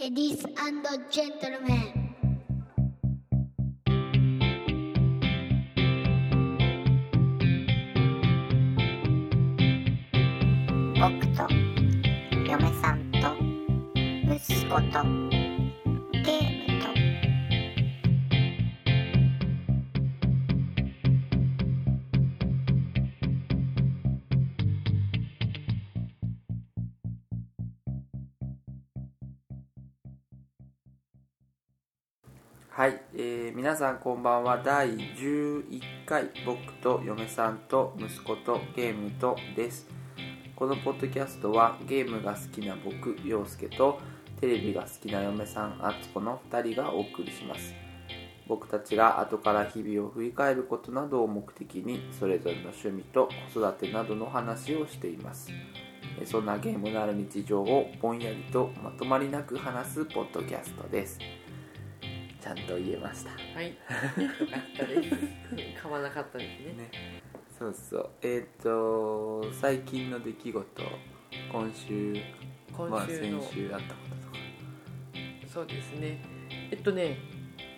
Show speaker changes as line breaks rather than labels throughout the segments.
Ladies and gentlemen.
僕と嫁さんと息子とゲームと
はい、えー皆さんこんばんは第11回僕と嫁さんと息子とゲームとですこのポッドキャストはゲームが好きな僕陽介とテレビが好きな嫁さんあつこの2人がお送りします僕たちが後から日々を振り返ることなどを目的にそれぞれの趣味と子育てなどの話をしていますえーそんなゲームのある日常をぼんやりとまとまりなく話すポッドキャストですちゃんと言えました
はい。よかったです。噛まなかったですね。
ね、そうそうえっ、と最近の出来事今週
今
まあ、
週
先
の、
週あったこととか
そうですね。えっとね、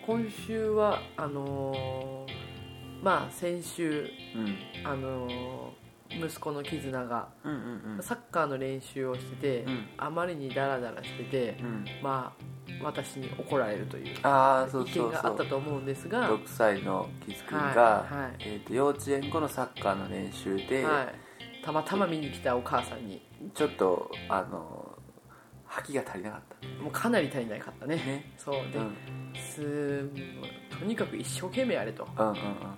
今週はあのーまあ先週
うん
あのー息子の絆が
うんうん
サッカーの練習をしてて、
うん
あまりにダラダラしてて、
うんうん
まあ私に怒られるという
ああそう
意
そ
見
う
があ
そ
った
う
と思うんですが、は
6歳のキス君が、
はいはい
えー、と幼稚園後のサッカーの練習で、
い、たまたま見に来たお母さんに、
ちょっとあの吐きが足りなかっ
もうかなり足りなかったね。
たね
そう
うん
で、
うん
すとにかく一生懸命やれと
うんうん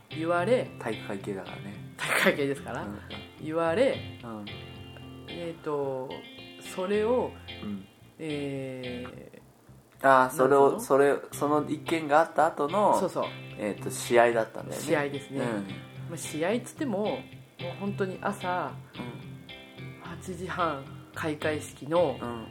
言われ
体育会系だからね
体育会系ですか
う
ら、
ん
言われ
うん
えっ、とそれを
うん
え
ああそれ
な
を
んつうの
それその一件があった後
ー
の
そうそう
えー、と試合だったんだよね
試合です
うん
ね、まあ、試合っつってももう本当に朝8時半開会式の、
うんうん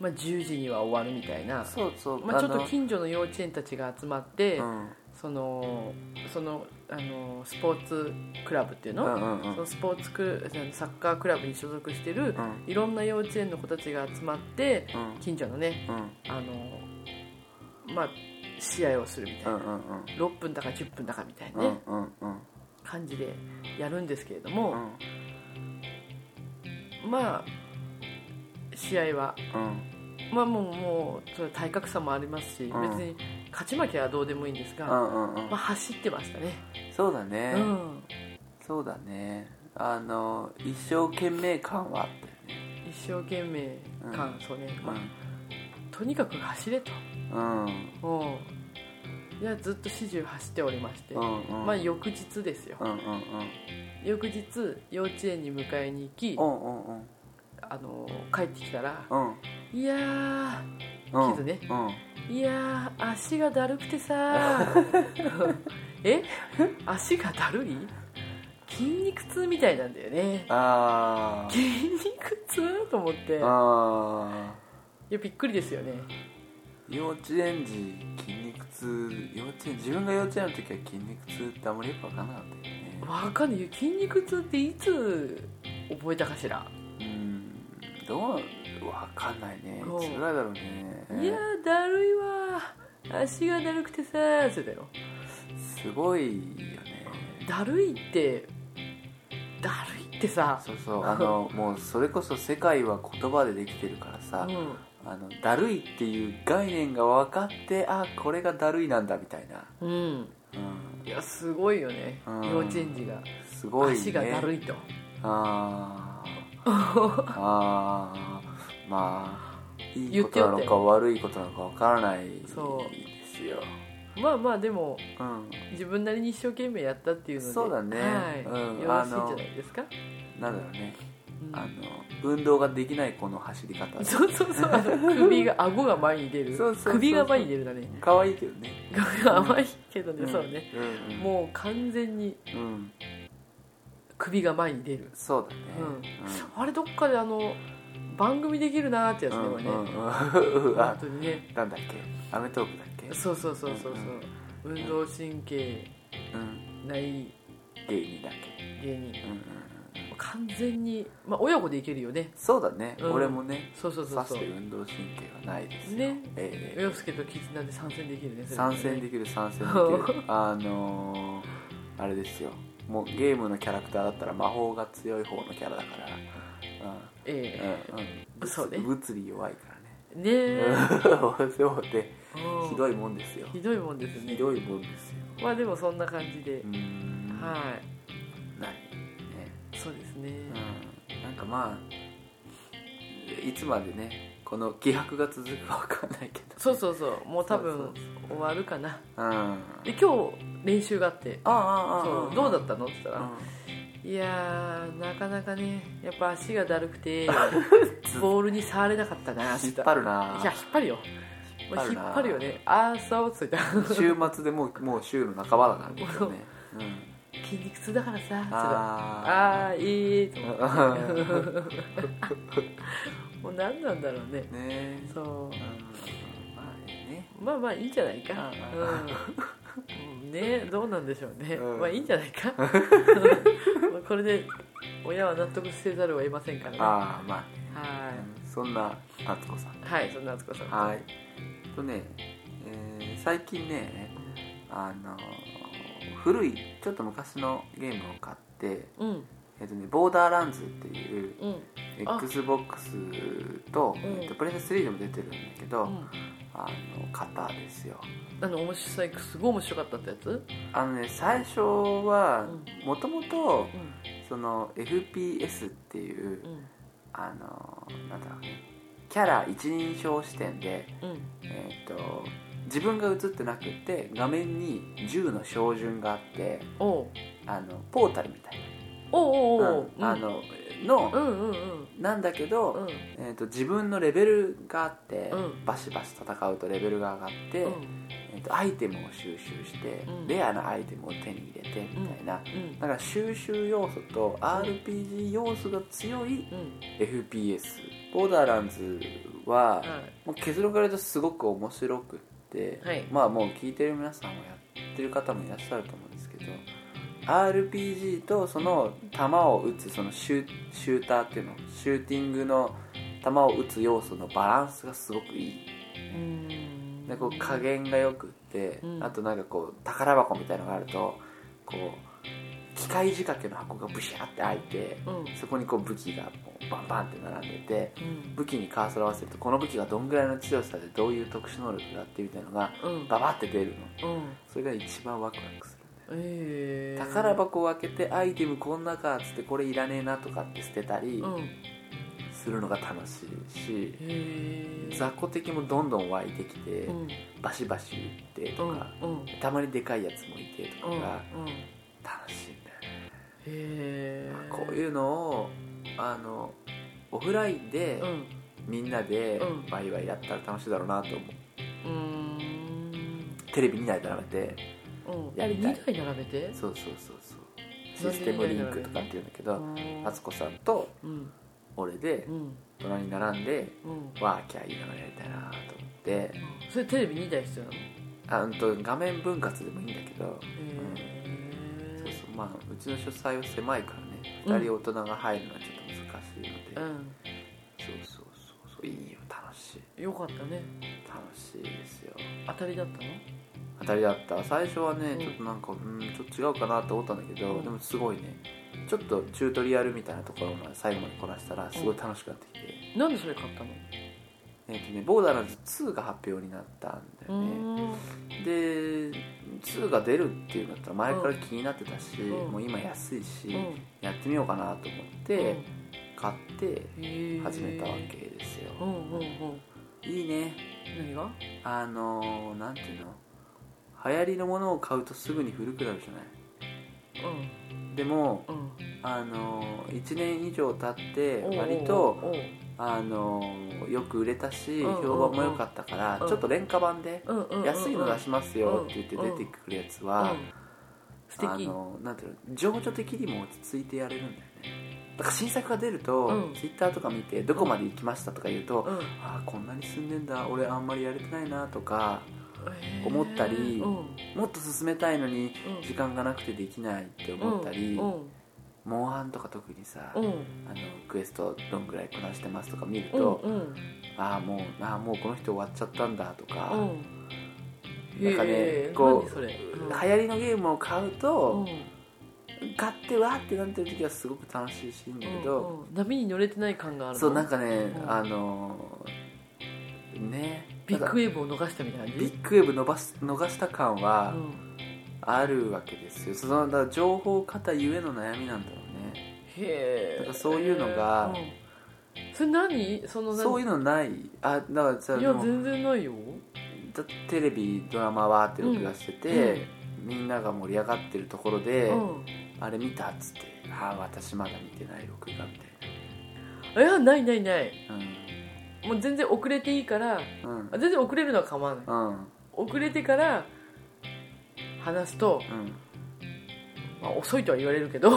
まあ、10時には終わるみたいな、
そうそう、
まあ、ちょっ
あ
と
の
近所の幼稚園たちが集まって、
うん
そのそのあのスポーツクラブっていう
う
の,、
んうんうん
そのスポーツクサッカークラブに所属してる、
うん
いろんな幼稚園の子たちが集まって
うん
近所のね
うん
あのまあ試合をするみた
うん
い
うん
な、6分だか10分だかみたい
う
な
ん
ね、
うんうん
感じでやるんですけれど
う
も、
ん
まあ試合は
うん
まあもうもうそれ体格差もありますし、
うん
別に勝ち負けはどうでもいいんですが、
うんうん
まあ、走ってましたね、
そうだね、
うん、
そうだねあの一生懸命感はあったよね
一生懸命感、そうね、まあ、とにかく走れと
うん
もういやずっと始終走っておりまして、
うんうん
まあ翌日ですよ
うんうんうん
翌日幼稚園に迎えに行き、
うんうんうん
あの帰ってきたら
うん
「いやー
うん
傷ね
うん
いやー足がだるくて さーえ足がだるい筋肉痛みたいなんだよね
あー
筋肉痛と思っていや
あ
びっくりですよね
ー幼稚園児筋肉痛幼稚園自分が幼稚園の時は筋肉痛ってあんまりよく分かんなかったよね
わかんない筋肉痛っていつ覚えたかしら、
うんどうわかんないね
うん
辛いだろうね
いやーだるいわー足がだるくてさーって言ったよ
すごいよね
だるいってだるいってさ
そうそうあのもうそれこそ世界は言葉でできてるから
う
さ、
ん
あのだるいっていう概念が分かってあこれがだるいなんだみたいな、
うん
うん、
いやすごいよね、
うん
幼稚園児が
すごいね
足がだるいと
あ ーあーまあいいことなの
言ってよって
か悪いことなのか分からないです
そ
よ、
まあまあでも
うん、
自分なりに一生懸命やったっていうので
そうだね
はい
うん
よろしいんじゃないですか、
なんだろうね
うん
あの運動ができない子の走り方
そうそうそうあの首が顎が前に出 る
そうそうそう
首が前に出るだね
可愛いけどね
顎が甘いけどね、
ん
そうね、
うん
もう完全に
うん、うん、
首が前に出る、
そうだね
うんあれどっかであの番組できるなーってやつ
う
ね
ん
これね、
うんうんうん
本
あ
当にね
なんだっけアメトークだっけ
そうそうそうそうそう、運動神経
うん
ない
芸人だっけ
芸人
うんうん
考完全にまあ親子でいけるよね
そうだね、
うん
俺もね
そうそうそう
さし
そう
て運動神経はないですよ
ね
ええ
洋介と絆で参戦できるねそれ
参戦できる参戦できるあのー、あれですよもうゲームのキャラクターだったら魔法が強い方のキャラだから
え
うんうんうん物
そうね
物理弱いからね
えねえ
うん そうで
うん
ひどいもんですよ
ひどいもんですね
ひどいもんですよ
まあでもそんな感じで
う、ん
は
ないね
いそうですね、
うんなんかまあいつまでねこの気迫が続くかわかんないけど
そうそうそうもう多分
そう
終わるかな
うんあ
で今日練習があって
ああ
そうどうだったのって言ったら
うん
「いやーなかなかねやっぱ足がだるく てボールに触れなかったな」って
引
言
った張るない
や引っ張るよ
引っ張る
引
な
っ張るよねああそ うついた
週末でもうもう週の半ばだからですよ ね、うん、
筋肉痛だからさつったらあ
あ
あいいと思って
あ
もう何なんだろうね
ねえ
そ
うんまあね
うまあまあいいんじゃないか
あー
うんうんねどうなんでしょうね、
うん
まあいいんじゃな いかこれで親は納得せざるを得ませんからねは
ああまあ、
い
そんな敦子さん
はいそんな敦子さん
はいとね、えー最近ねあのー古いちょっと昔のゲームを買って
うん
えっとね、ボーダーランズっていう
うん
XBOX と、
うん
えっと、プレステ3でも出てるんだけど、
うん
あの型ですよ
あの面白いすごい面白かったってやつ
あのね最初は
う
もともと
うん
その FPS っていう
うん
あのなんだろうねキャラ一人称視点で、
うん
えー、と自分が映ってなくて画面に銃の照準があって
おう
あのポータルみたい
おうおう
な、
おう、
うんあのの、
うんうんうん
なんだけ
う
ど、
ん
えー、と自分のレベルがあって、
うん
バシバシ戦うとレベルが上がって、
うん
えー、とアイテムを収集して、
うん
レアなアイテムを手に入れてみたいな、
うん
なんか収集要素と RPG 要素が強い
うん
FPS ボーダーランズは、
は
もう結論から言うとすごく面白くって、
はい
まあもう聞いてる皆さんもやってる方もいらっしゃると思うんですけど RPG とその弾を撃つそのシュシューターっていうのシューティングの弾を撃つ要素のバランスがすごくいい
いうん
でこう加減がよくって、
うん
あとなんかこう宝箱みたいのがあるとこう機械仕掛けの箱がブシャーって開いて
うんうん
そこにこう武器がこうバンバンって並んでて武器にカーソルを合わせるとこの武器がどんぐらいの強さでどういう特殊能力があってみたいなのが
うん
ババって出るの
うん
それが一番ワクワクするんだよ
ええ
宝箱を開けてアイテムこんなかっつってこれいらねえなとかって捨てたり
うんへ
するのが楽しいし
え
雑魚敵もどんどん湧いてきて
うん
バシバシ打って
う
と
んうん
かたまにでかいやつもいてと
う
か
ん
が
うんへ
楽しいんだよね
え
こういうのをあのオフラインで
うん
みんなで
うん
ワイワイやったら楽しいだろうなと思う
うーん
テレビ2台並べて
うん
やりたい
2台並べて
そうそうそうそうシステムリンクとかっていうんだけ
う
ど
ん
敦子さんと
うん
俺で
うん
隣に並んで
うん
ワーキャー言いながらやりたいなと思って
それテレビ2台必要なの
あうんと画面分割でもいいんだけど、
へ
そう
え
そうまあうちの書斎は狭いからね
うん
2人大人が入るのはちょっと難しいので、
うん
そうそうそうそういいよ楽しい
よかったね
楽しいですよ
当たりだったの
当たりだった最初はね
うん
ちょっとなんかうんちょっと違うかなと思ったんだけど、
うん
でもすごいねちょっとチュートリアルみたいなところまで最後までこなしたらすごい楽しくなってきて、
なんでそれ買ったの
えっ、とねボーダーランズ2が発表になったんだ
う
よね、
ん
で2が出るっていうんだったら前から気になってたし、
うん
もう今安いし、
うん
やってみようかなと思って買って始めたわけですよ、
うんうんうん
いいね
何が
あのー、なんていうの流行りのものを買うとすぐに古くなるじゃないでも
うんうん
あのー、1年以上経って割
おう
と
おう
あのー、よく売れたし
うんうんうん
評判も良かったから
うん
ちょっと廉価版で
おううんうんうんうん
安いの出しますよって言って出てくるやつは
うん素
あ
敵
のなんていうの情緒的にも落ち着いてやれるんだよねだから新作が出ると、
うん
ツイッターとか見てどこまで行きましたとか言うと、
うん
ああこんなに進んでんだ俺あんまりやれてないなとか
へー
思ったり
うんうん
もっと進めたいのに時間がなくてできないって思ったり、
うん
モンハンとか特にさ、
うん
あのクエストどんぐらいこなしてますとか見る
うん
と、
うん
ああもうああもうこの人終わっちゃったんだとか、
うん
なんかね
へえ
こう
何それうん
流行りのゲームを買う
うん
と、買ってわーってなってる時はすごく楽しいしいんだけど、
うんうん波に乗れてない感があるの
そうなんかね、
うん
あのーね
ビッ
なんか
グウェーブを逃したみたいな感
ビ
じ
ッグウェーブ伸ばす逃した感は
うん
あるわけですよそのだから情報型ゆえの悩みなんだろうね
へ
なん
え
かそういうのが
それ何その何
そういうのないあだからさ
いや
もう
全然ないよ
だテレビドラマわーって録画してて、みんなが盛り上がってるところで、
うん
あれ見たっつって「ああ私まだ見てない録画」みたい
いやないないない
な
もう全然遅れていいから
うんうん
あ全然遅れるのは構わない
うん
遅れてから話すと、
うん
まあ、遅いとは言われるけど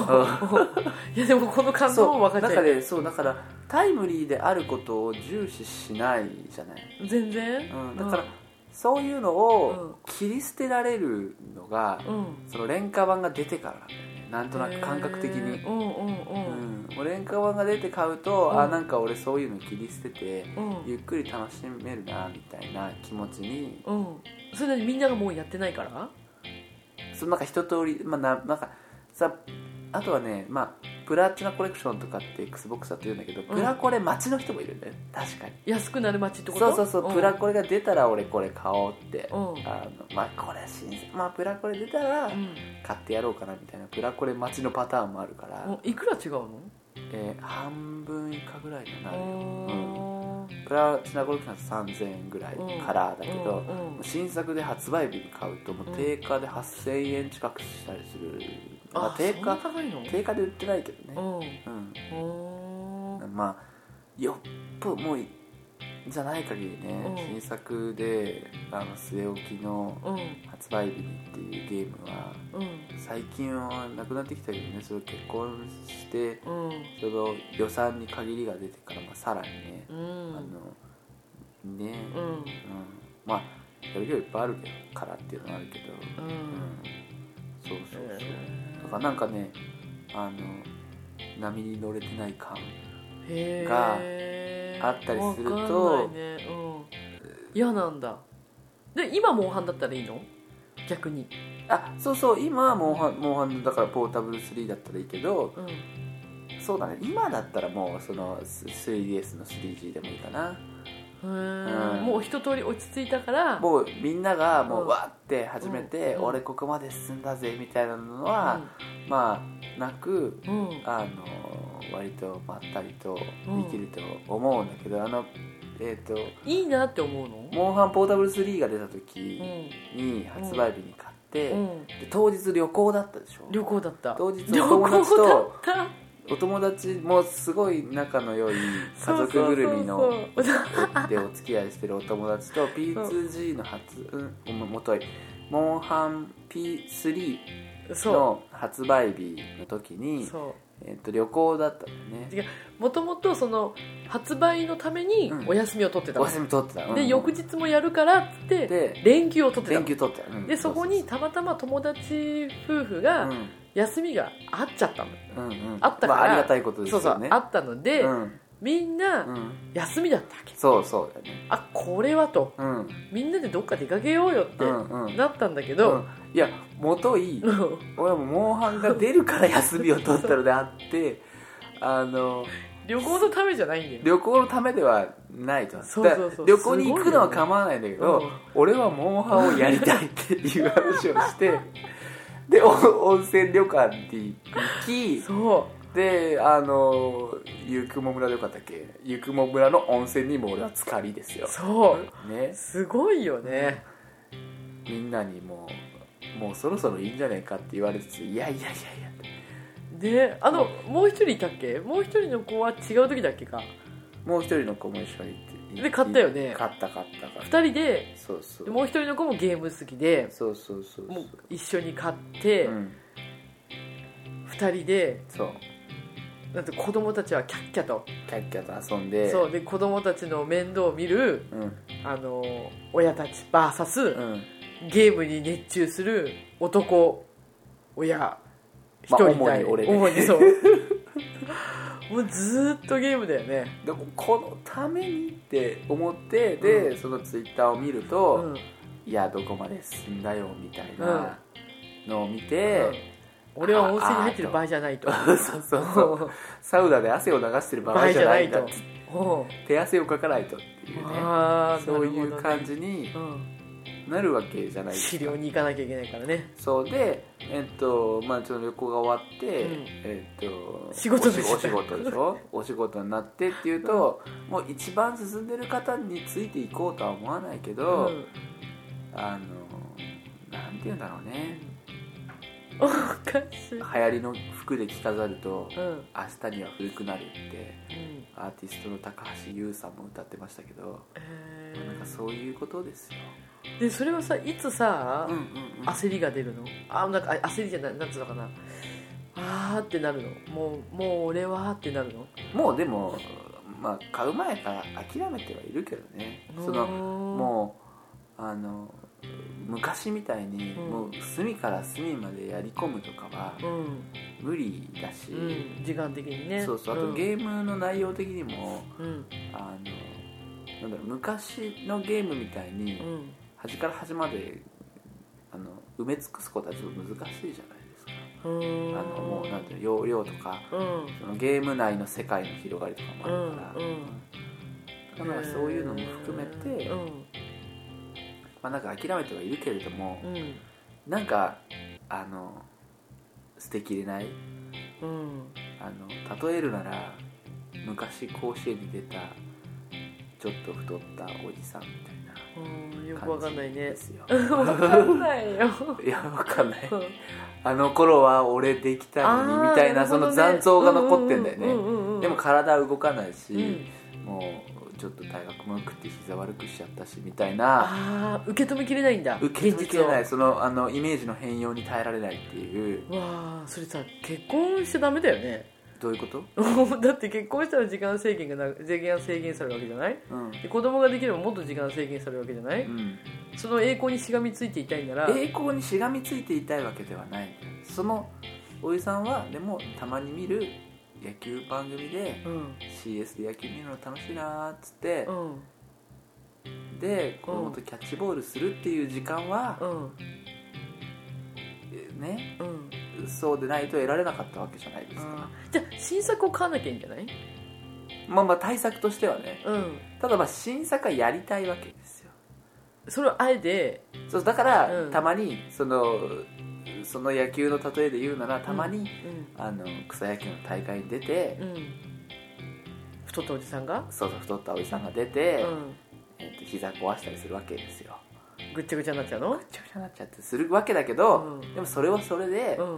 いやでもこの感動
そ
も
う
分かっ
だ
ち
か
ゃう
らそうだからタイムリーであることを重視しないじゃない、
全然、
うん、だから、そういうのを
う
切り捨てられるのが、
うん
その廉価版が出てからなんだよねなんとなく感覚的
へー
に、
うんうん
う
うん
ん、もう廉価版が出て買うと、
うん
あなんか俺そういうの切り捨てて
うん
ゆっくり楽しめるなみたいな気持ちに
うんそれなりにみんながもうやってないから
そのなんか一通りまあななんかさあとはねまあプラチナコレクションとかって XBOX だと言うんだけど、プラコレ街の人もいるんだよね確かに
安くなる街ってこ
そ
と
うそうそう、
ん
プラコレが出たら俺これ買おうって、
うんうん
あのまあこれは新鮮まあプラコレ出たら買ってやろうかなみたいなプラコレ待ちのパターンもあるから、
うんいくら違うの
えー半分以下ぐらいかな、
あー
プラチナコレクション3000円ぐらいからだけど、
うんうんうん
新作で発売日に買うともう定価で8000円近くしたりする、まあ、
あ
定
そんな
価
高いの
定価で売ってないけど
う
ね、
ん
うん
おー
まあよっぽもういじゃない限りね、
うん
新作であの据え置きの
うん
発売日にっていうゲームは
うん
最近はなくなってきたけどねそれ結婚して
うん
ちょうど予算に限りが出てから、まあ、さらにね、
うん
あのね、
う
うん
ん
まあやる量いっぱいあるけどからっていうのはあるけど、う
う
ん
ん
そうそうそう、
へー
だからなんかねあの波に乗れてない感
へー
があったりすると
わかんないねうん嫌なんだで今モンハンだったらいいの逆に
あそうそう今はモンハンモンハンだからポータブル3だったらいいけど
うん
そうだね今だったらもうそのス 3DS の 3G でもいいかな
へー
うん
もう一通り落ち着いたから
もうみんながも
う
うんわーって始めて、
うん
俺ここまで進んだぜみたいなのは、まあなく
うんうん
あの割とまったりとできると思うんだけど、あのえっ、と
いいなって思うの
モンハンポータブル3が出た
う
時
ん
に発売日に買って、
うん
で当日旅行だったでしょ
旅行だった
当日お
旅
友達と
行だった
お友達もすごい仲の良い家
そうそう
族ぐるみ
そう
の
そう
でお付き合いしてるお友達と P2G の初うんおももといモンハン P3
そ
の発売日の時
う
に、
そ
えっと旅行だったんだよね
違うもともとその発売のために
うん
お休みを取ってた
お
の、
休み取ってた、うん
で翌日もやるからっつって
で
連休を取ってた
連
の
休取ってた、うん
でそこにたまたま友達夫婦が
うん
休みがあっちゃったの、
うんうん
あったから
まあ、ありがたいことです
そ
よ
う
ね
そうあったので、
うん
みん
う、
なん休みだったわけ
そうそうだね
あこれはと
うん
みんなでどっか出かけようよって
うんうん
なったんだけ
う
ど、
んいやもとい俺はもうモンハンが出るから休みを取ったのであってあの
旅行のためじゃないんだよ
旅行のためではないと
そうそうそ
だから
う
旅行に行くのは構わないんだけど、
すごいよね
俺はモンハンをやりたいっていう話を してでお温泉旅館に行き
そ
であのゆくも村でよかったっけゆくも村の温泉にも俺は浸かりですよ
う、そう
ね、
すごいよね
みんなにもうもうそろそろいいんじゃねえかって言われつついやいやいやいや
であのもう一人いたっけもう一人の子は違う時だっけか
もう一人の子も一緒に行って
で買ったよね
買った買った買った
二人で
そうそう
でもう一人の子もゲーム好きで
そうそうそう
もう
う
一緒に買って、
ん
二人で
そう
なんて子供たちはキャッキャと、
キャッキャと遊んで
そうで子供たちの面倒を見る
うん
あの親たち VS、
うん
ゲームに熱中する男親
まあ
一人いな
主に
い
俺ね
主に そうもうずーっとゲームだよね
でここのためにって思ってで、そのツイッターを見る
う
と、
ん
いやどこまで進んだよみたいなのを見て、
俺は温泉に入ってる場合じゃない と
そうそうそうサウナで汗を流してる場
場合
合
じ
じ
ゃ
ゃ
な
ない
い
んだ
とおう
手汗をかかないとっていうね
あーな
そう
るほどね
いう感じに
うん
なるわけじゃないです
治
か
療に行かなきゃいけないからね
そうでえっとまあちょっと旅行が終わって、
うん
えっと
仕事
お
で
仕
す
お仕事でし ょお仕事になってっていうと、もう一番進んでる方についていこうとは思わないけ
う
ど、
ん
あのなんて言うんだろうね
おかしい
流行りの服で着飾ると
うんうん
明日には古くなるってアーティストの高橋優さんも歌ってましたけど
え
なんかそういうことですよ、
ーでそれはさいつさ
うんうんうん、
焦りが出るのあなんかあ焦りじゃないなんつうのかなあーってなるのもうもう俺はってなるの
もうでも、まあ、買う前から諦めてはいるけどねその
も
もうあの昔みたいに、
うん
もう隅から隅までやり込むとかは
ううん、
無理だし、
うん、時間的にね
そうそうあとゲームの内容的にも、
うん
あのなんだろう昔のゲームみたいに、
うん、うん
端から端まであの埋め尽くすことはちょっと難しいじゃないですか
うー
あ
ん
のもうなんていうの容量とか
うん
そのゲーム内の世界の広がりとかも
う
あ
ん
るから、
うん
だからそういうのも含めて、
う
ま
ん
あ、なんか諦めてはいるけれども
う、ん
なんかあの捨てきれない
うん
あの例えるなら昔甲子園に出たちょっと太ったおじさんみたいな
うんよくわ
感
か
じ
んないね
ですよ。
わかんない よ
いやわかんないあの頃は俺できたのにみたいなその残像が残ってんだよね
ね
でも体動かないし、
うん
もうちょっと体格も良くて膝悪くしちゃったしみたいな
ああ受け止めきれないんだ
受け止めきれな
現
いそのあのイメージの変容に耐えられないっていう
実をわあそれさ結婚しちゃダメだよね
どういうこと、
だって結婚したら時間制限がな時間制限されるわけじゃない
うん
で子供ができればもっと時間制限されるわけじゃない、
うん、
その栄光にしがみついていたいなら
栄光にしがみついていたいわけではないそのおじさんはでもたまに見る野球番組で
うん
CS で野球見るの楽しいなーっつって
う、ん
で子供とキャッチボールするっていう時間は
う、ん
ね
うん
そうでないと得られなかったわけじゃないです
あ
か、
ーじゃあ新作を買わなきゃいいんじゃない
まあまあ対策としてはね
うん
ただまあ新作はやりたいわけですよ
それをあえて
そうだから、
うん
たまにそのその野球の例えで言うならたまに、あの草野球の大会に出て、
うん、うん、太ったおじさんが、
そうそう太ったおじさんが出て、
うん、
えっと膝壊したりするわけですよ
ぐっちゃぐちゃになっちゃうの
ぐっちゃぐちゃになっちゃってするわけだけど、
うん
でもそれはそれで、
うん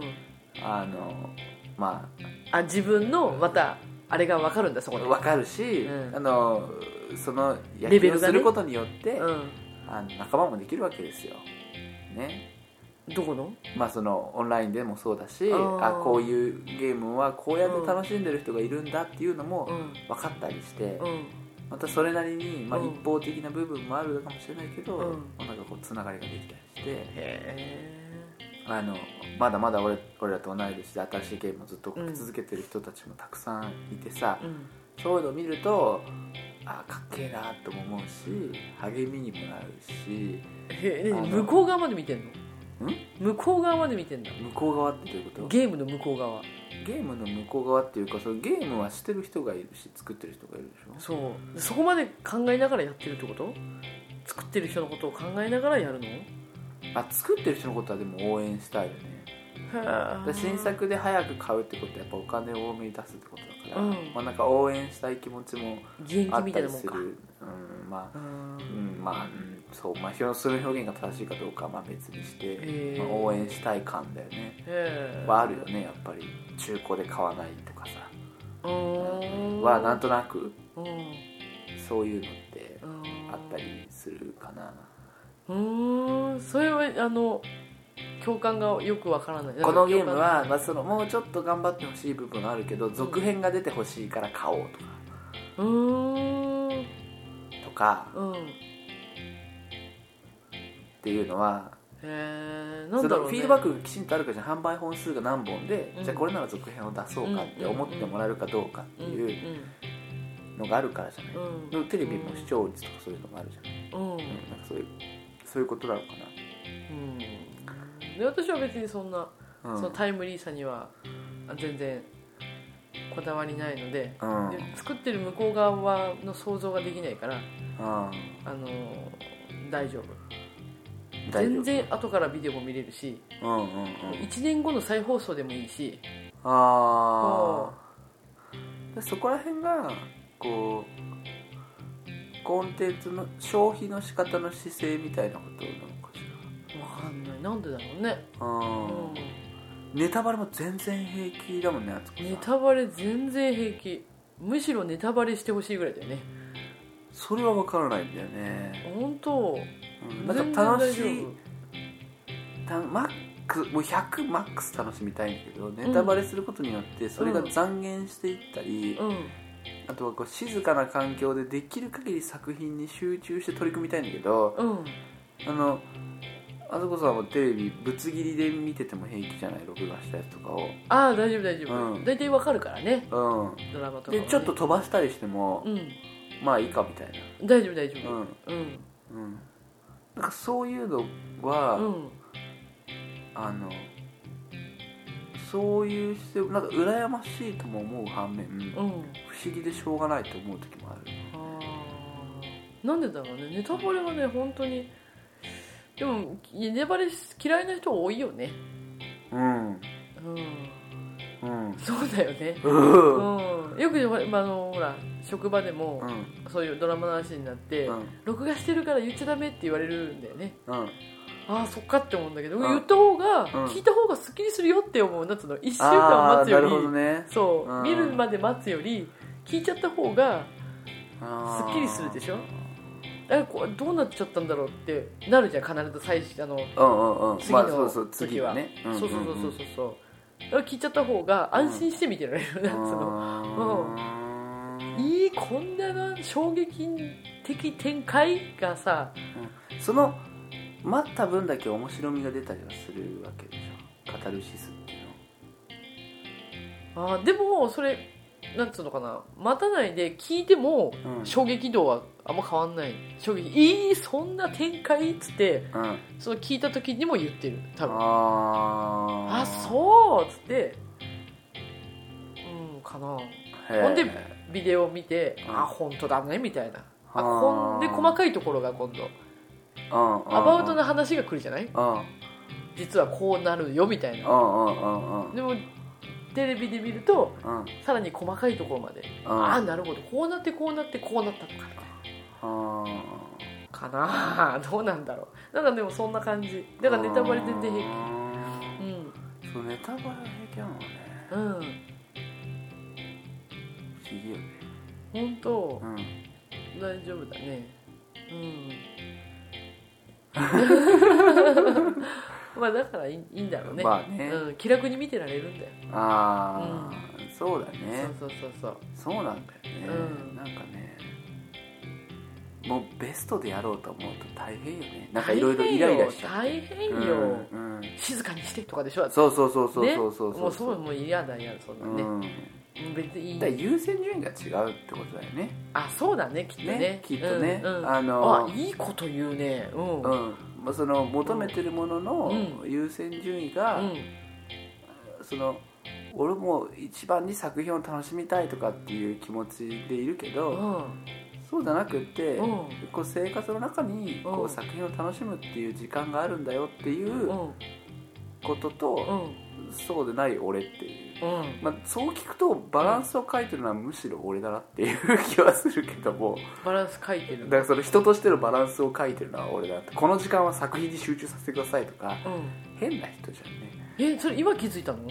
あのま
あ自分のまたあれが分かるんだそ
あ
こで
わかるし、
うん
あのその野
レベ
球
ル
を
がね
することによって、
う
あの仲間もできるわけですよ、ね
んどこの
まあ、そのオンラインでもそうだし
あ
あ
ー
こういうゲームはこうやって楽しんでる人がいるんだっていうの
う
も
ん
分かったりして
うん
またそれなりに、まあ、
うん
一方的な部分もあるかもしれないけど、
うん
まあなんかこうつながりができたりして
へ
あのまだまだ俺俺らと同い年で新しいゲームをずっと続けてる人たちもたくさんいてさ
え、うん
そういうのを見るとあーかっけえなとも思うし励みにもなるし
へえ
あの
向こう側まで見てんの
ん
向こう側まで見てんだ
向こう側ってどういうこと
ゲームの向こう側
ゲームの向こう側っていうかそのゲームはしてる人がいるし作ってる人がいるでしょ
そうそこまで考えながらやってるってこと作ってる人のことを考えながらやるの
あ作ってる人のことはでも応援したいよねだから新作で早く買うってことはやっぱお金を多めに出すってことだから、
うん
まあ、なんか応援したい気持ちも
現
あ
役
っ
み
た
た
り
いなもん
す
か
るうんまあ
うん
うんまあうんそうまあ表その表現が正しいかどうかはまあ別にして、
へー
まあ、応援したい感だよね
へえ
はあるよねやっぱり中古で買わないとかさ
うん
はなんとなく
うん
そういうのって
うん
あったりするかな
うーんそれはあの共感がよくわからない
このゲームは、まあ、そのもうちょっと頑張ってほしい部分があるけど続編が出てほしいから買おうとか
うーん
とか
うん
っていうのは
へえな
そ
んだ
の
ろう、ね、
フィードバックがきちんとあるかじゃん販売本数が何本で、
うん
じゃあこれなら続編を出そうかって思ってもらえるかどうかっていうのがあるからじゃない、
うん
でもテレビも視聴率とかそういうのもあるじゃない、
うん、うん
うんなんかそういうそういうことなのか
うんで私は別にそんな、
な、うん、
そのタイムリーさにはあ全然こだわりないので,、
うん
で作ってる向こう側の想像ができないから、
うん
あの大丈夫
大丈夫
全然後からビデオも見れるし、
うんうんうん
1年後の再放送でもいいし
ああそこら辺がこうコンテンツの消費の仕方の姿勢みたいなことなのかし
分かんないなんでだろうね、
らうん
う
ネタバレも全然平気だもんねあつこさ
ん、
ん
ネタバレ全然平気むしろネタバレしてほしいぐらいだよね
それは分からないんだよね、
本当
うん、なんか楽しいたマックスもう100マックス楽しみたいんだけどネタバレすることによってそれが残減していったり、
うん
あとはこう静かな環境でできる限り作品に集中して取り組みたいんだけど、
うん
あのあそこさんはテレビぶつ切りで見てても平気じゃない録画したやつとかを
ああ大丈夫大丈
う
夫
ん
大体わかるからね
う
ドラマと
ん
かも
で
ね
ちょっと飛ばしたりしても、
うん
まあいいかみたい
大丈夫大丈
な
夫うん
うんうんなんかそういうのは、
うん
あのそういう必要なんか羨ましいとも思う反面、
う
不
ん
思議でしょうがないと思う時もある
あーなんでだろうねネタバレはね本当にでもネタバレ嫌いな人多いよね
うん
うん
うん
そうだよね
うんうん
うんよく、まあ、あのほら職場でも
うん
そういうドラマの話になって、
うん
録画してるから言っちゃダメって言われるんだよね
うん
ああそっかって思うんだけど、
うん
言った方が、
ん
聞いた方がすっきりするよって思うなんつうの1週間
あー
待つよ
な
り
るほどね
そう、
うん
見るまで待つより聞いちゃった方が
あー
すっきりするでしょあこうどうなっちゃったんだろうってなるじゃん必ず最初あの
うんうんうん
次
ま
の
あそうそう
時
次
は、
はね
そうそうそうそうそうそうだから聞いちゃった方が安心して見てられる、
う
なんつうの
んうん
いいこんなな衝撃的展開がさ
その待った分だけ面白みが出たりはするわけでしょカタルシスっていうの
あーでもそれなんつうのかな待たないで聞いても
うん
衝撃度はあんま変わんない衝撃いいそんな展開っつって
うん
その聞いた時にも言ってる多分あ
あー
そうっつってうんかな
へー
ほんでビデオを見て
うん
あ本当だねみたいな
あ
あ
ー
こんで細かいところが今度
うんうんうん
アバウトな話が来るじゃない
うんうん
実はこうなるよみたいな
うんうんうん
でもテレビで見ると
うん
さらに細かいところまで、ああ
あ
なるほどこうなってこうなってこうなったとか
ー
かなあどうなんだろうなんかでもそんな感じだからネタバレ全然平気
気そうネタバレは平気なのね
うんうん
不思議よね
本当
うん
大丈夫だねうん まあだからいいいいんだろうね,、
まあね
うん、気楽に見てられるんだよ、
ああ、そうだね
そうそうそうそう
そうなんだよね、
うん
なんかねもうベストでやろうと思うと大変よねなんかいろいろイライラしちゃう
大変よ大変よ、
うんうん
静かにしてとかでしょだって
そうそうそうそうそうそう
ね、もうそううもう嫌だ嫌だそんなね、
ん
別にいい
だから優先順位が違うってことだよね
あそうだねきっとね
ねきっとね
うんうん
あの
あいいこと言うねうん
うん、まあ、その求めてるものの
うん
優先順位が、
うん
その俺も一番に作品を楽しみたいとかっていう気持ちでいるけど、
うん
そうじゃなくて、
うん
こう生活の中にこ
うん
う作品を楽しむっていう時間があるんだよっていう
うん
こと
う
と、
ん
そうでない俺っていう、
うん
まあ、そう聞くとバランスを書いてるのはむしろ俺だなっていう気はするけども
バランス書いてる
だからその人としてのバランスを書いてるのは俺だなってこの時間は作品に集中させてくださいとか
うん
変な人じゃんね
えそれ今気づいたの
い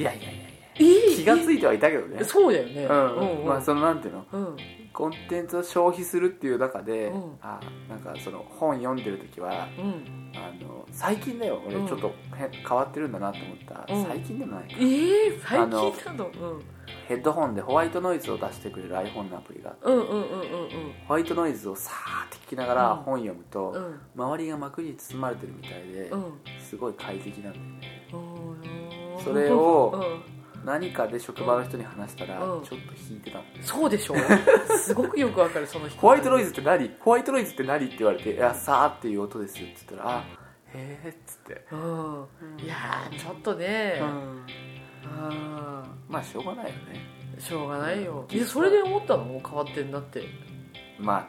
やいやいやいや
え
気がついてはいたけどね
そうだよね
うん、まあ
う
そのなんていうの
うん
コンテンツを消費するっていう中で、
うん
あなんかその本読んでる時は
うん
あの最近だよ俺
うん
ちょっと変変わってるんだなと思った、
うん
最近でもないか
えー、最近なの
ヘッドホンでホワイトノイズを出してくれる iPhone のアプリがあって
うんうんうんうんうんうん
ホワイトノイズをさーって聞きながら
うん
本読むと、
うん
周りが膜に包まれてるみたいで、
うん
すごい快適なんだよね
うん
それを
うん
何かで職場の人に話したら、
うん
ちょっと引いてたの
そう でしょすごくよくわかるその人
ホワイトノイズって何ホワイトノイズって何って言われて「いやさーっていう音です」って言ったら「あへえ」っつって、
うんいやーちょっとね、
うん
あ
まあしょうがないよね
ーしょうがないよ
うん
いやそれで思ったのもう変わってんなって
まあ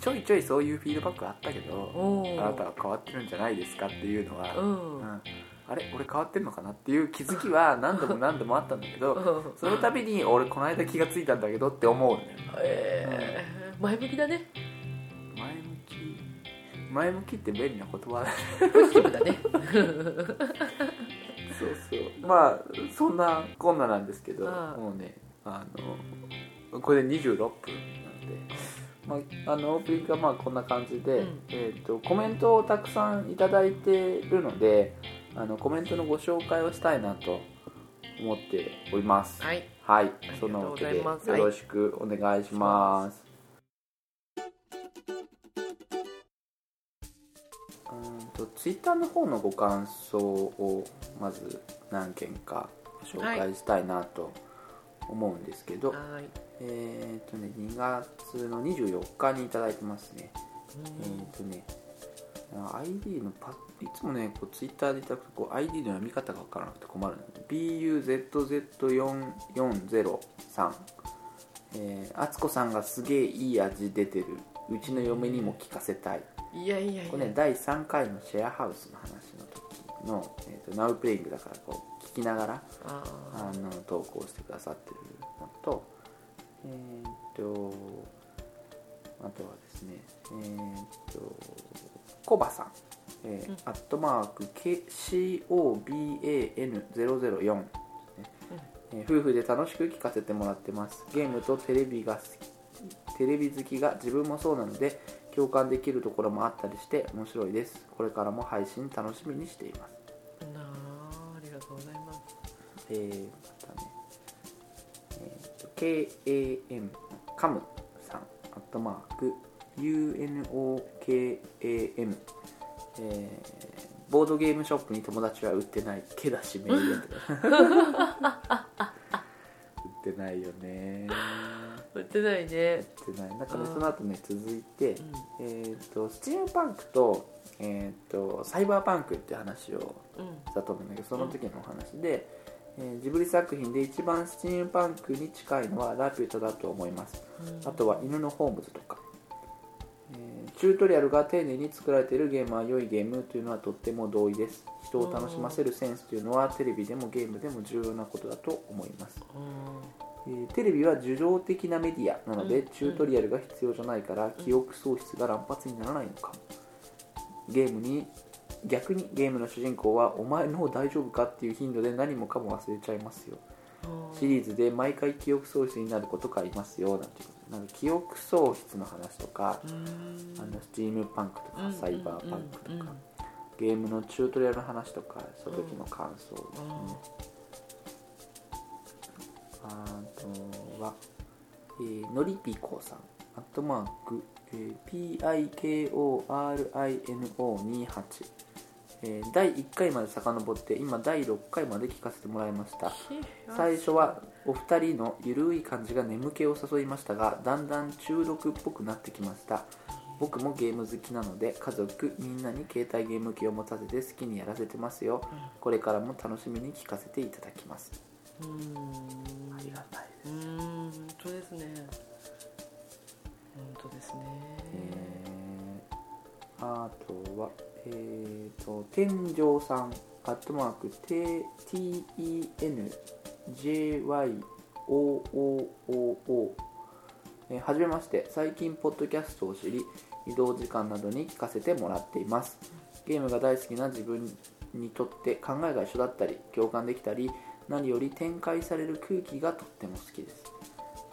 ちょいちょいそういうフィードバックはあったけど
お
あな
ー
たは変わってるんじゃないですかっていうのは、
うん
う
うん
んあれ俺変わってんのかなっていう気づきは何度も何度もあったんだけどその度に俺この間気がついたんだけどって思うね
えー前向きだね
前向き前向きって便利な言葉だね
ポジティブだね
そうそうまあそんなこんななんですけど
ああ
もうねあのこれで26分なんで、まあ、あのオープニングがまあこんな感じで、
うん
えー、とコメントをたくさんいただいてるのであのコメントのご紹介をしたいなと思っております
はい
はい
りが、と
そうの
ご
わけ
ざ
で
い
よ
ます
ろしくお願いします。うーんとツイッターの方のご感想をまず何件か紹介したいなと思うんですけど、
はい
えっ、とね2月の24日にいただいてますね。えっ、とね。あ ID のパいつもねこうツイッターでいただくとこう ID の読み方が分からなくて困るので BUZZ4403 えー、敦子さんがすげえいい味出てるうちの嫁にも聞かせたい
いやいやいや
これね第3回のシェアハウスの話の時の、えー、とナウプレイングだからこう聞きながら
あー
あの投稿してくださってるのとえー、とあとはですねえー、とコバさん、えー
うん
アットマーク COBAN004 ですね、えー夫婦で楽しく聞かせてもらってますゲームとテレビが好きテレビ好きが自分もそうなので共感できるところもあったりして面白いですこれからも配信楽しみにしています
なあありがとうございます
えー、またね、えーと、KAM カムさんアットマーク UNOKAM、えーボードゲームショップに友達は売ってないけだし名言とか売ってないよね
売ってないね
売ってないなんかね
あー
その後ね続いて、
うん
えー、とスチームパンクと,、えー、とサイバーパンクって話を
うん
だと思うんだけどその時のお話で、えージブリ作品で一番スチームパンクに近いのは「ラピュタ」だと思います
うん
あとは「犬のホームズ」とか、えーチュートリアルが丁寧に作られているゲームは良いゲームというのはとっても同意です人を楽しませるセンスというのはテレビでもゲームでも重要なことだと思います、
うん
えーテレビは受動的なメディアなので、
うん
チュートリアルが必要じゃないから記憶喪失が乱発にならないのかもゲームに逆にゲームの主人公はお前の方大丈夫かっていう頻度で何もかも忘れちゃいますよ
うん
シリーズで毎回記憶喪失になることがありますよなんていうことなんか記憶喪失の話とか、
うん
あのスチームパンクとか、
うん
サイバーパンクとか、
うんうん
ゲームのチュートリアルの話とかその時の感想ですね、あとは、えーのりぴこさん、アットマーク、えー PIKORINO28、えー第1回まで遡って、今、第6回まで聞かせてもらいました。最初はお二人のゆるい感じが眠気を誘いましたがだんだん中毒っぽくなってきました僕もゲーム好きなので家族みんなに携帯ゲーム機を持たせて好きにやらせてますよこれからも楽しみに聞かせていただきます
うん
ありがたいで
う
す、
ーん本当ですね本当ですね
えーあとはえー、と天井さんアットマーク TENJYOOOO えーはじめまして最近ポッドキャストを知り移動時間などに聞かせてもらっていますゲームが大好きな自分にとって考えが一緒だったり共感できたり何より展開される空気がとっても好きです、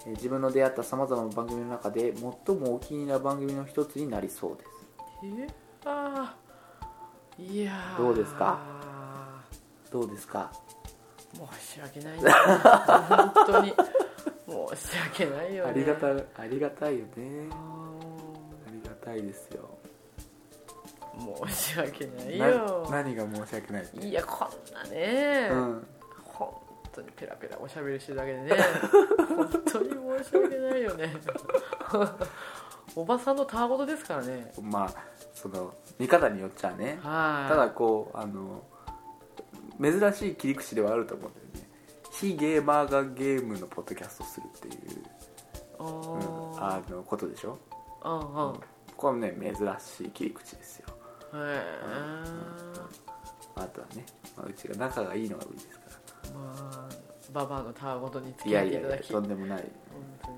えー自分の出会ったさまざまな番組の中で最もお気に入りな番組の一つになりそうです
えあーいやー
どうですかどうですか
申し訳ないな本当に申し訳ないよね
ありがた
い
いありがたいよねありがたいですよ
申し訳ない
な
よ
何が申し訳ないって
いやこんなね、
うん
本当にペラペラおしゃべりしてるだけでね本当に申し訳ないよね おばさんのたわごとですからね
まあその見方によっちゃね
はい
ただこうあの珍しい切り口ではあると思うんだよね非ゲーマーがゲームのポッドキャストをするっていう、
あ
うんあ
ー
のことでしょ
あうんうん
これはね珍しい切り口ですよ
へ
あとはね、まあ、うちが仲がいいのが売りですから
えまあババアのたわごとに付
い
き
や
合っ
い
てい
やい
た
や
だき
とん
本
でもない
当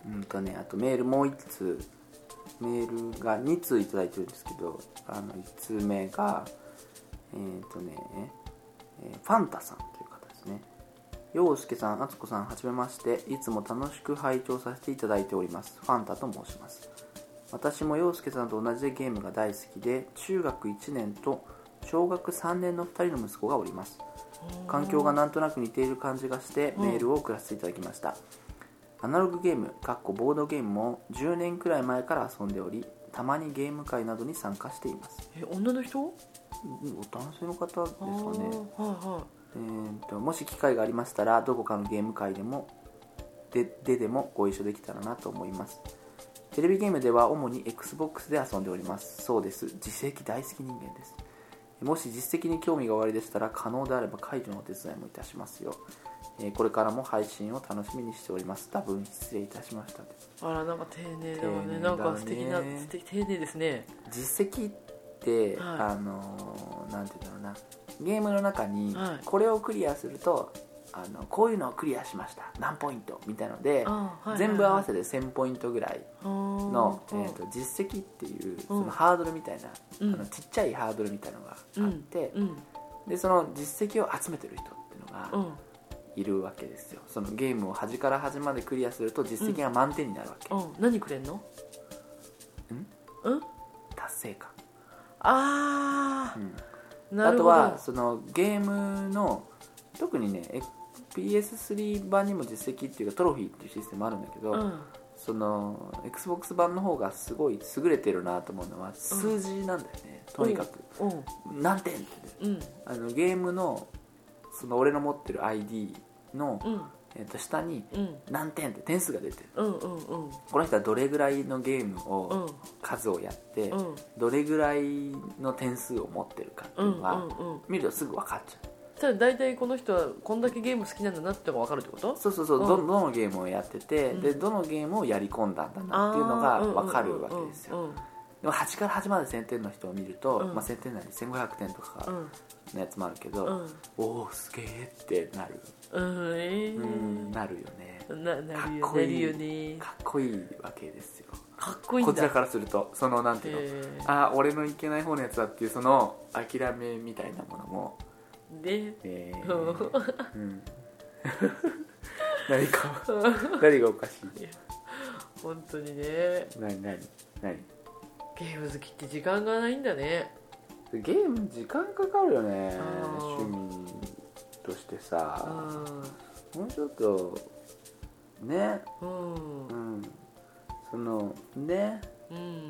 に
うんとねあとメールもう1通メールが2通いただいてるんですけどあの1通目がえっ、とね、えーファンタさんという方ですね陽介さん敦子さんはじめましていつも楽しく拝聴させていただいておりますファンタと申します私も陽介さんと同じでゲームが大好きで中学1年と小学3年の2人の息子がおります環境がなんとなく似ている感じがして
うん
メールを送らせていただきました、アナログゲームかっこボードゲームも10年くらい前から遊んでおりたまにゲーム会などに参加しています
え女の人
うん男性の方ですか
あー
ね
はいは
えーともし機会がありましたらどこかのゲーム会でもでででもご一緒できたらなと思いますテレビゲームでは主に XBOX で遊んでおりますそうです実績大好き人間ですもし実績に興味がおありでしたら可能であれば解除のお手伝いもいたしますよ、えーこれからも配信を楽しみにしております多分失礼いたしました
いあらなんか丁寧だわ
丁寧だね
ねなんか素敵な素敵丁寧ですね
実績って、
はい
あのーなんて言うんだろうなゲームの中に
はい
これをクリアすると、あのこういうのをクリアしました何ポイントみたいので、
あーはいはいはい
全部合わせて1000ポイントぐらいの
の、
えー、と実績っていうそのハードルみたいな、
うん
あのちっちゃいハードルみたいのがあって、
うん
でその実績を集めてる人っていうの
う
が
ん
いるわけですよそのゲームを端から端までクリアすると実績が満点になるわけ、
うん何くれんのうん
達成感、
あ
うん
あな
あ
る
と
ほど
はそのゲームの特にねえ PS3 版にも実績っていうかトロフィーっていうシステムあるんだけど、
うん
その XBOX 版の方がすごい優れてるなと思うのは数字なんだよね、とにかく
うん
何点ってね
うん
あのゲームのその俺の持ってる ID の、
うん
えっと下に
うん
何点って点数が出てる
うんうんうん
この人はどれぐらいのゲーム
うん
を数をやって、
うん
どれぐらいの点数を持ってるかって
う
いうんの
う
は、
んうん
見るとすぐ分かっちゃう
ただ大体この人はこんだけゲーム好きなんだなってのが分かるってこと
そうそうそう、
うん
どどのゲームをやってて、
うん
でどのゲームをやり込んだんだなっていうの
あー
が分かるわけですよ
うん
でも8から8まで1000点の人を見ると、
うん
まあ、1000点なり1500点と
う
か
ん
のやつもあるけ
う
ど、
ん
おおすげえってなる、
うんうんえ
う
ー
んなるよね
ななる
かっ
よ
こ
ない
い
るよね
かっこいいわけですよ
かっこいいん
こち
だ
らからするとそのなんていうの、
えー
ああ俺のいけない方のやつだっていうその諦めみたいなものも
で
えー
う
うん 何か何がおかしい
本当にね
何何何
ゲーム好きって時間がないんだね
ゲーム時間かかるよね
あー
趣味として
う
さ
ん
もうちょっとね
うん
うんそのね
うん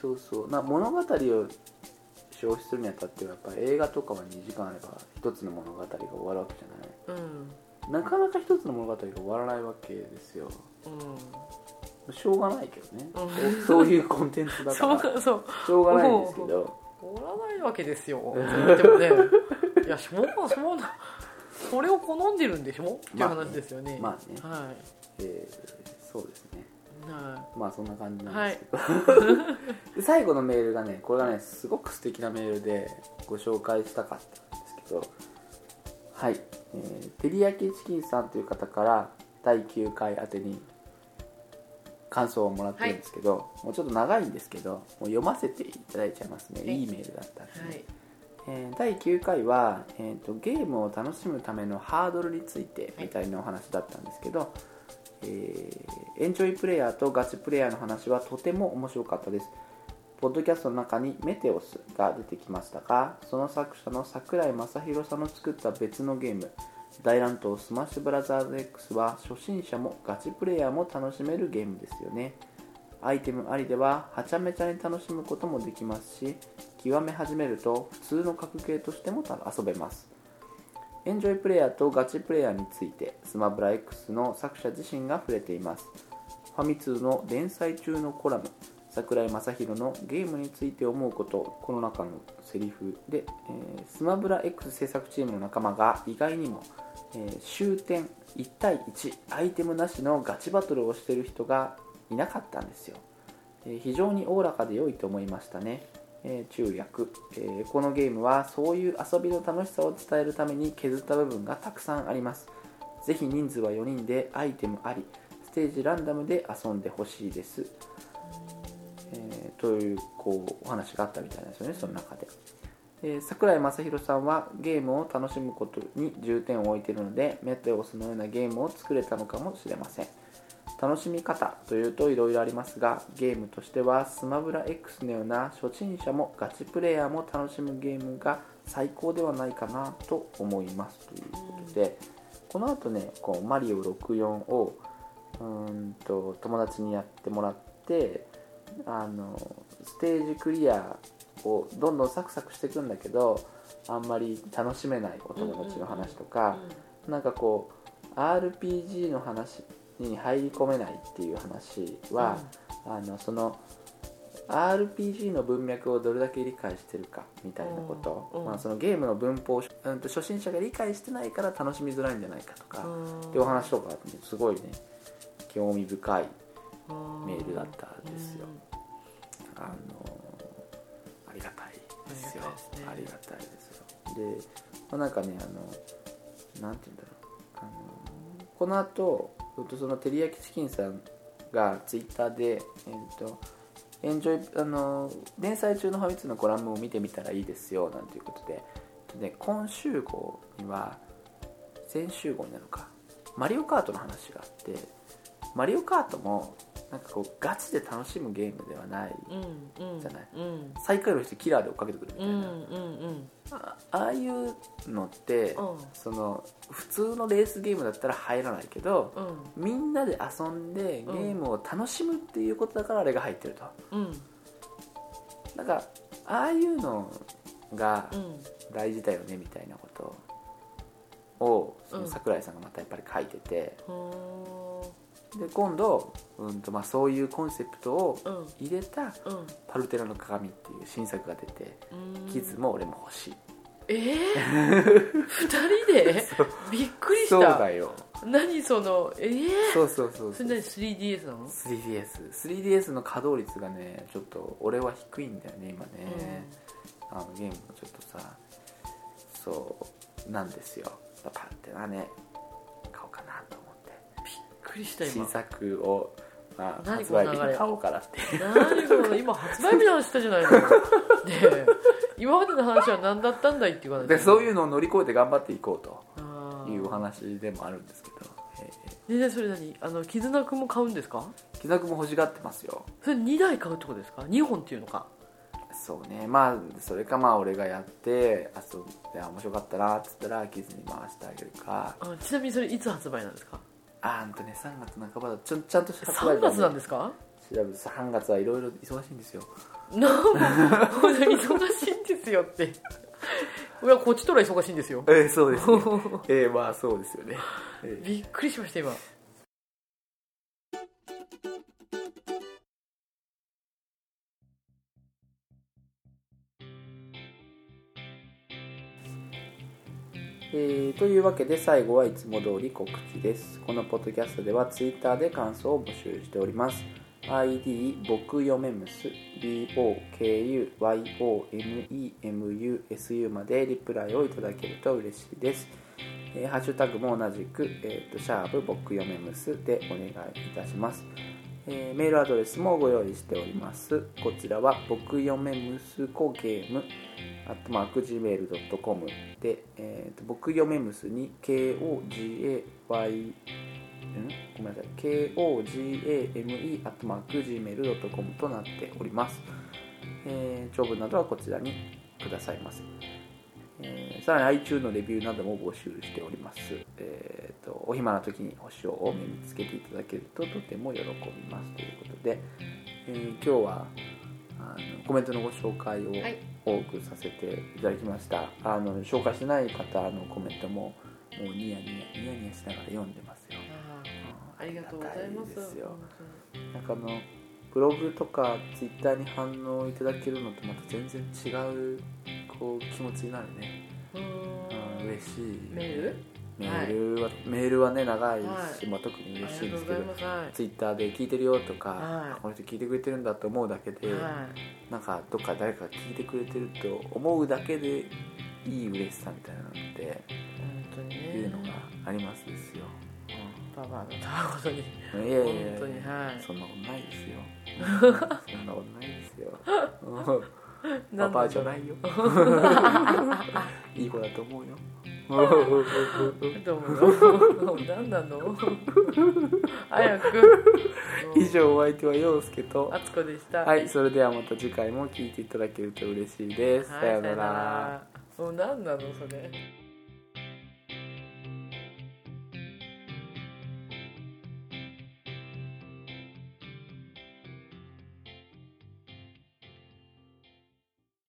そうそうな物語を消費するにあたってはやっぱり映画とかは2時間あれば一つの物語が終わるわけじゃない
うん
なかなか一つの物語が終わらないわけですよ
う
しょうがないけどね、
うん
そうそういうコンテンツ
ん
だか
そ
ら
うそうそう
しょうがないんですけど
おらないわけですよでもねいやしょうがしょうがそれを好んでるんでしょっていう
まあね
話ですよね,、
まあね、
は
えーそうですね
いは
まあそんな感じなんですけど、で最後のメールがねこれがねすごく素敵なメールでご紹介したかったんですけどはい、えー、てりやきチキンさんという方から第9回宛てに感想をもらってるんですけど、もうちょっと長いんですけどもう読ませていただいちゃいますね、
はい
いいメールだったんでね、
いはい
えー第9回は、えーとゲームを楽しむためのハードルについてみたいなお話だったんですけど、えーエンジョイプレイヤーとガチプレイヤーの話はとても面白かったですポッドキャストの中に「メテオス」が出てきましたがその作者の桜井正宏さんの作った別のゲーム大乱闘スマッシュブラザーズ X は初心者もガチプレイヤーも楽しめるゲームですよねアイテムありでははちゃめちゃに楽しむこともできますし極め始めると普通の格ゲーとしても遊べますエンジョイプレイヤーとガチプレイヤーについてスマブラ X の作者自身が触れていますファミ通の連載中のコラム桜井正宏のゲームについて思うことこの中のセリフで、えースマブラ X 制作チームの仲間が意外にも、えー終点1対1アイテムなしのガチバトルをしている人がいなかったんですよえー非常におおらかで良いと思いましたね、えー中略、えーこのゲームはそういう遊びの楽しさを伝えるために削った部分がたくさんありますぜひ人数は4人でアイテムありステージランダムで遊んでほしいです、えーというこうお話があったみたいなんですよねその中で、えー桜井正宏さんはゲームを楽しむことに重点を置いているのでメテオスのようなゲームを作れたのかもしれません楽しみ方というといろいろありますがゲームとしてはスマブラ X のような初心者もガチプレイヤーも楽しむゲームが最高ではないかなと思いますということでこの後ねこうマリオ64をうーんと友達にやってもらってあのステージクリアをどんどんサクサクしていくんだけどあんまり楽しめないお友達の話とか、なんかこう RPG の話に入り込めないっていう話は、あのその RPG の文脈をどれだけ理解してるかみたいなこと、
うんうん
まあ、そのゲームの文法を、うん、と初心者が理解してないから楽しみづらいんじゃないかとか、っていうお話とかあってすごいね興味深いメールだったんですよあのありがたいですよあ
あ
り
り
が
が
たいですよで、まあなんかねあのなんて言うんだろうあのこの後うんとその照り焼きチキンさんがツイッターで、えっとエンジョイあの連載中のファミ通のコラムを見てみたらいいですよなんていうことでえっとね今週号には先週号になるのかマリオカートの話があってマリオカートもなんかこうガチで楽しむゲームではない
うんうん
じゃない
うん
最下位の人キラーで追っかけてくるみた
う
い
ん
な、
うんうん
あああいうのって、
うん
その普通のレースゲームだったら入らないけど、
うん
みんなで遊んでゲ
うん
ームを楽しむっていうことだからあれが入ってると
うん
なんかああいうのが
うん
大事だよねみたいなことをその
うん
桜井さんがまたやっぱり書いてて、
ほ
で今度、うんとまあ、そういうコンセプトを
ーうん
入れた
うん
「パルテラの鏡」っていう新作が出て、
うん
キズも俺も欲しい
ええ二人でびっくりした
そうだよ
何そのええ
そうそうそう
そ
そう
れ何 3DS なの
3DS3DS の稼働率がねちょっと俺は低いんだよね今ね、あのゲームもちょっとさそうなんですよだからパってなね買おうかなと思っ
びっくりした
て新
今
作を、まあ、
何
発
この
売
流れ
日に買おうからって
何この今発売日の話したじゃない のねえ今までの話は何だったんだいって言わない
でそう
う
いうのを乗り越えて頑張っていこう
あ
と
ー
いうお話でもあるんですけど、え
ねえねえそれ何あの絆くんも買うんですか
ー、木田君も欲しがってますよ
それ2台買うってことですか2本っていうのか
そうねまあそれかまあ俺がやって遊んであ面白かったなっつったらキズに回してあげるか
あちなみにそれいつ発売なんですか
あーんとね3月半ばだちょちゃんとした発売日
3
はね
月なんですか
調べて3月はいろいろ忙しいんですよ
なんか忙しいんですよっていやこっちとら忙しいんですよ
えー、そうですね えー、まあそうですよね、え
びっくりしました今
ーえーというわけで最後はいつも通り告知ですこのポッドキャストでは Twitter で感想を募集しております ID 僕よめむす BOKUYOMEMUSU までリプライをいただけると嬉しいですえーハッシュタグも同じく、えーとシャープ僕よめむすでお願いいたしますえーメールアドレスもご用意しておりますこちらは僕嫁息子ゲームアットマーク Gmail.com で、えーと僕嫁むすに KOGAYOMEMUSU ごめんなさい KOGAME アットマーク Gmail.com となっております、えー長文などはこちらにくださいませ、えーさらに iTunes のレビューなども募集しております、えー、とお暇な時に星を多めにつけていただけるととても喜びますということで、えー今日はあのコメントのご紹介を、
はい
多くさせていただきましたあの紹介してない方のコメントももうニヤニヤニヤニヤしながら読んでますよ
あーありがとうございま
あり
す
がたですよ
本当に
なんかあのブログとかツイッターに反応いただけるのとまた全然違うこう気持ちになるね、
うー
うんん、嬉しい
メール
メールは、メールはね長いし、
はい
まあ、特に
あ
嬉しい
り
ん
が
ですけ
とうござい
ど
ますは
ツイッターで聞いてるよとか、
はい
この人聞いてくれてるんだと思うだけ
い
で、
は
なんかどっか誰か聞いてくれてると思うだけでいい嬉しさみたいなのって
い本当にね
いうのがありますですよ、
パパのたわごとに
うん、いやいやいや
本当にはい
そんなことないですよそんなことないですよ、うんパパじゃないよいい子だと思うよ
どうも何なの早 く
以上お相手は陽介と
あつこでした
はいそれではまた次回も聞いていただけると嬉しいです、
はい
さよう
さ
な
よな
ら
らもう何なのそれ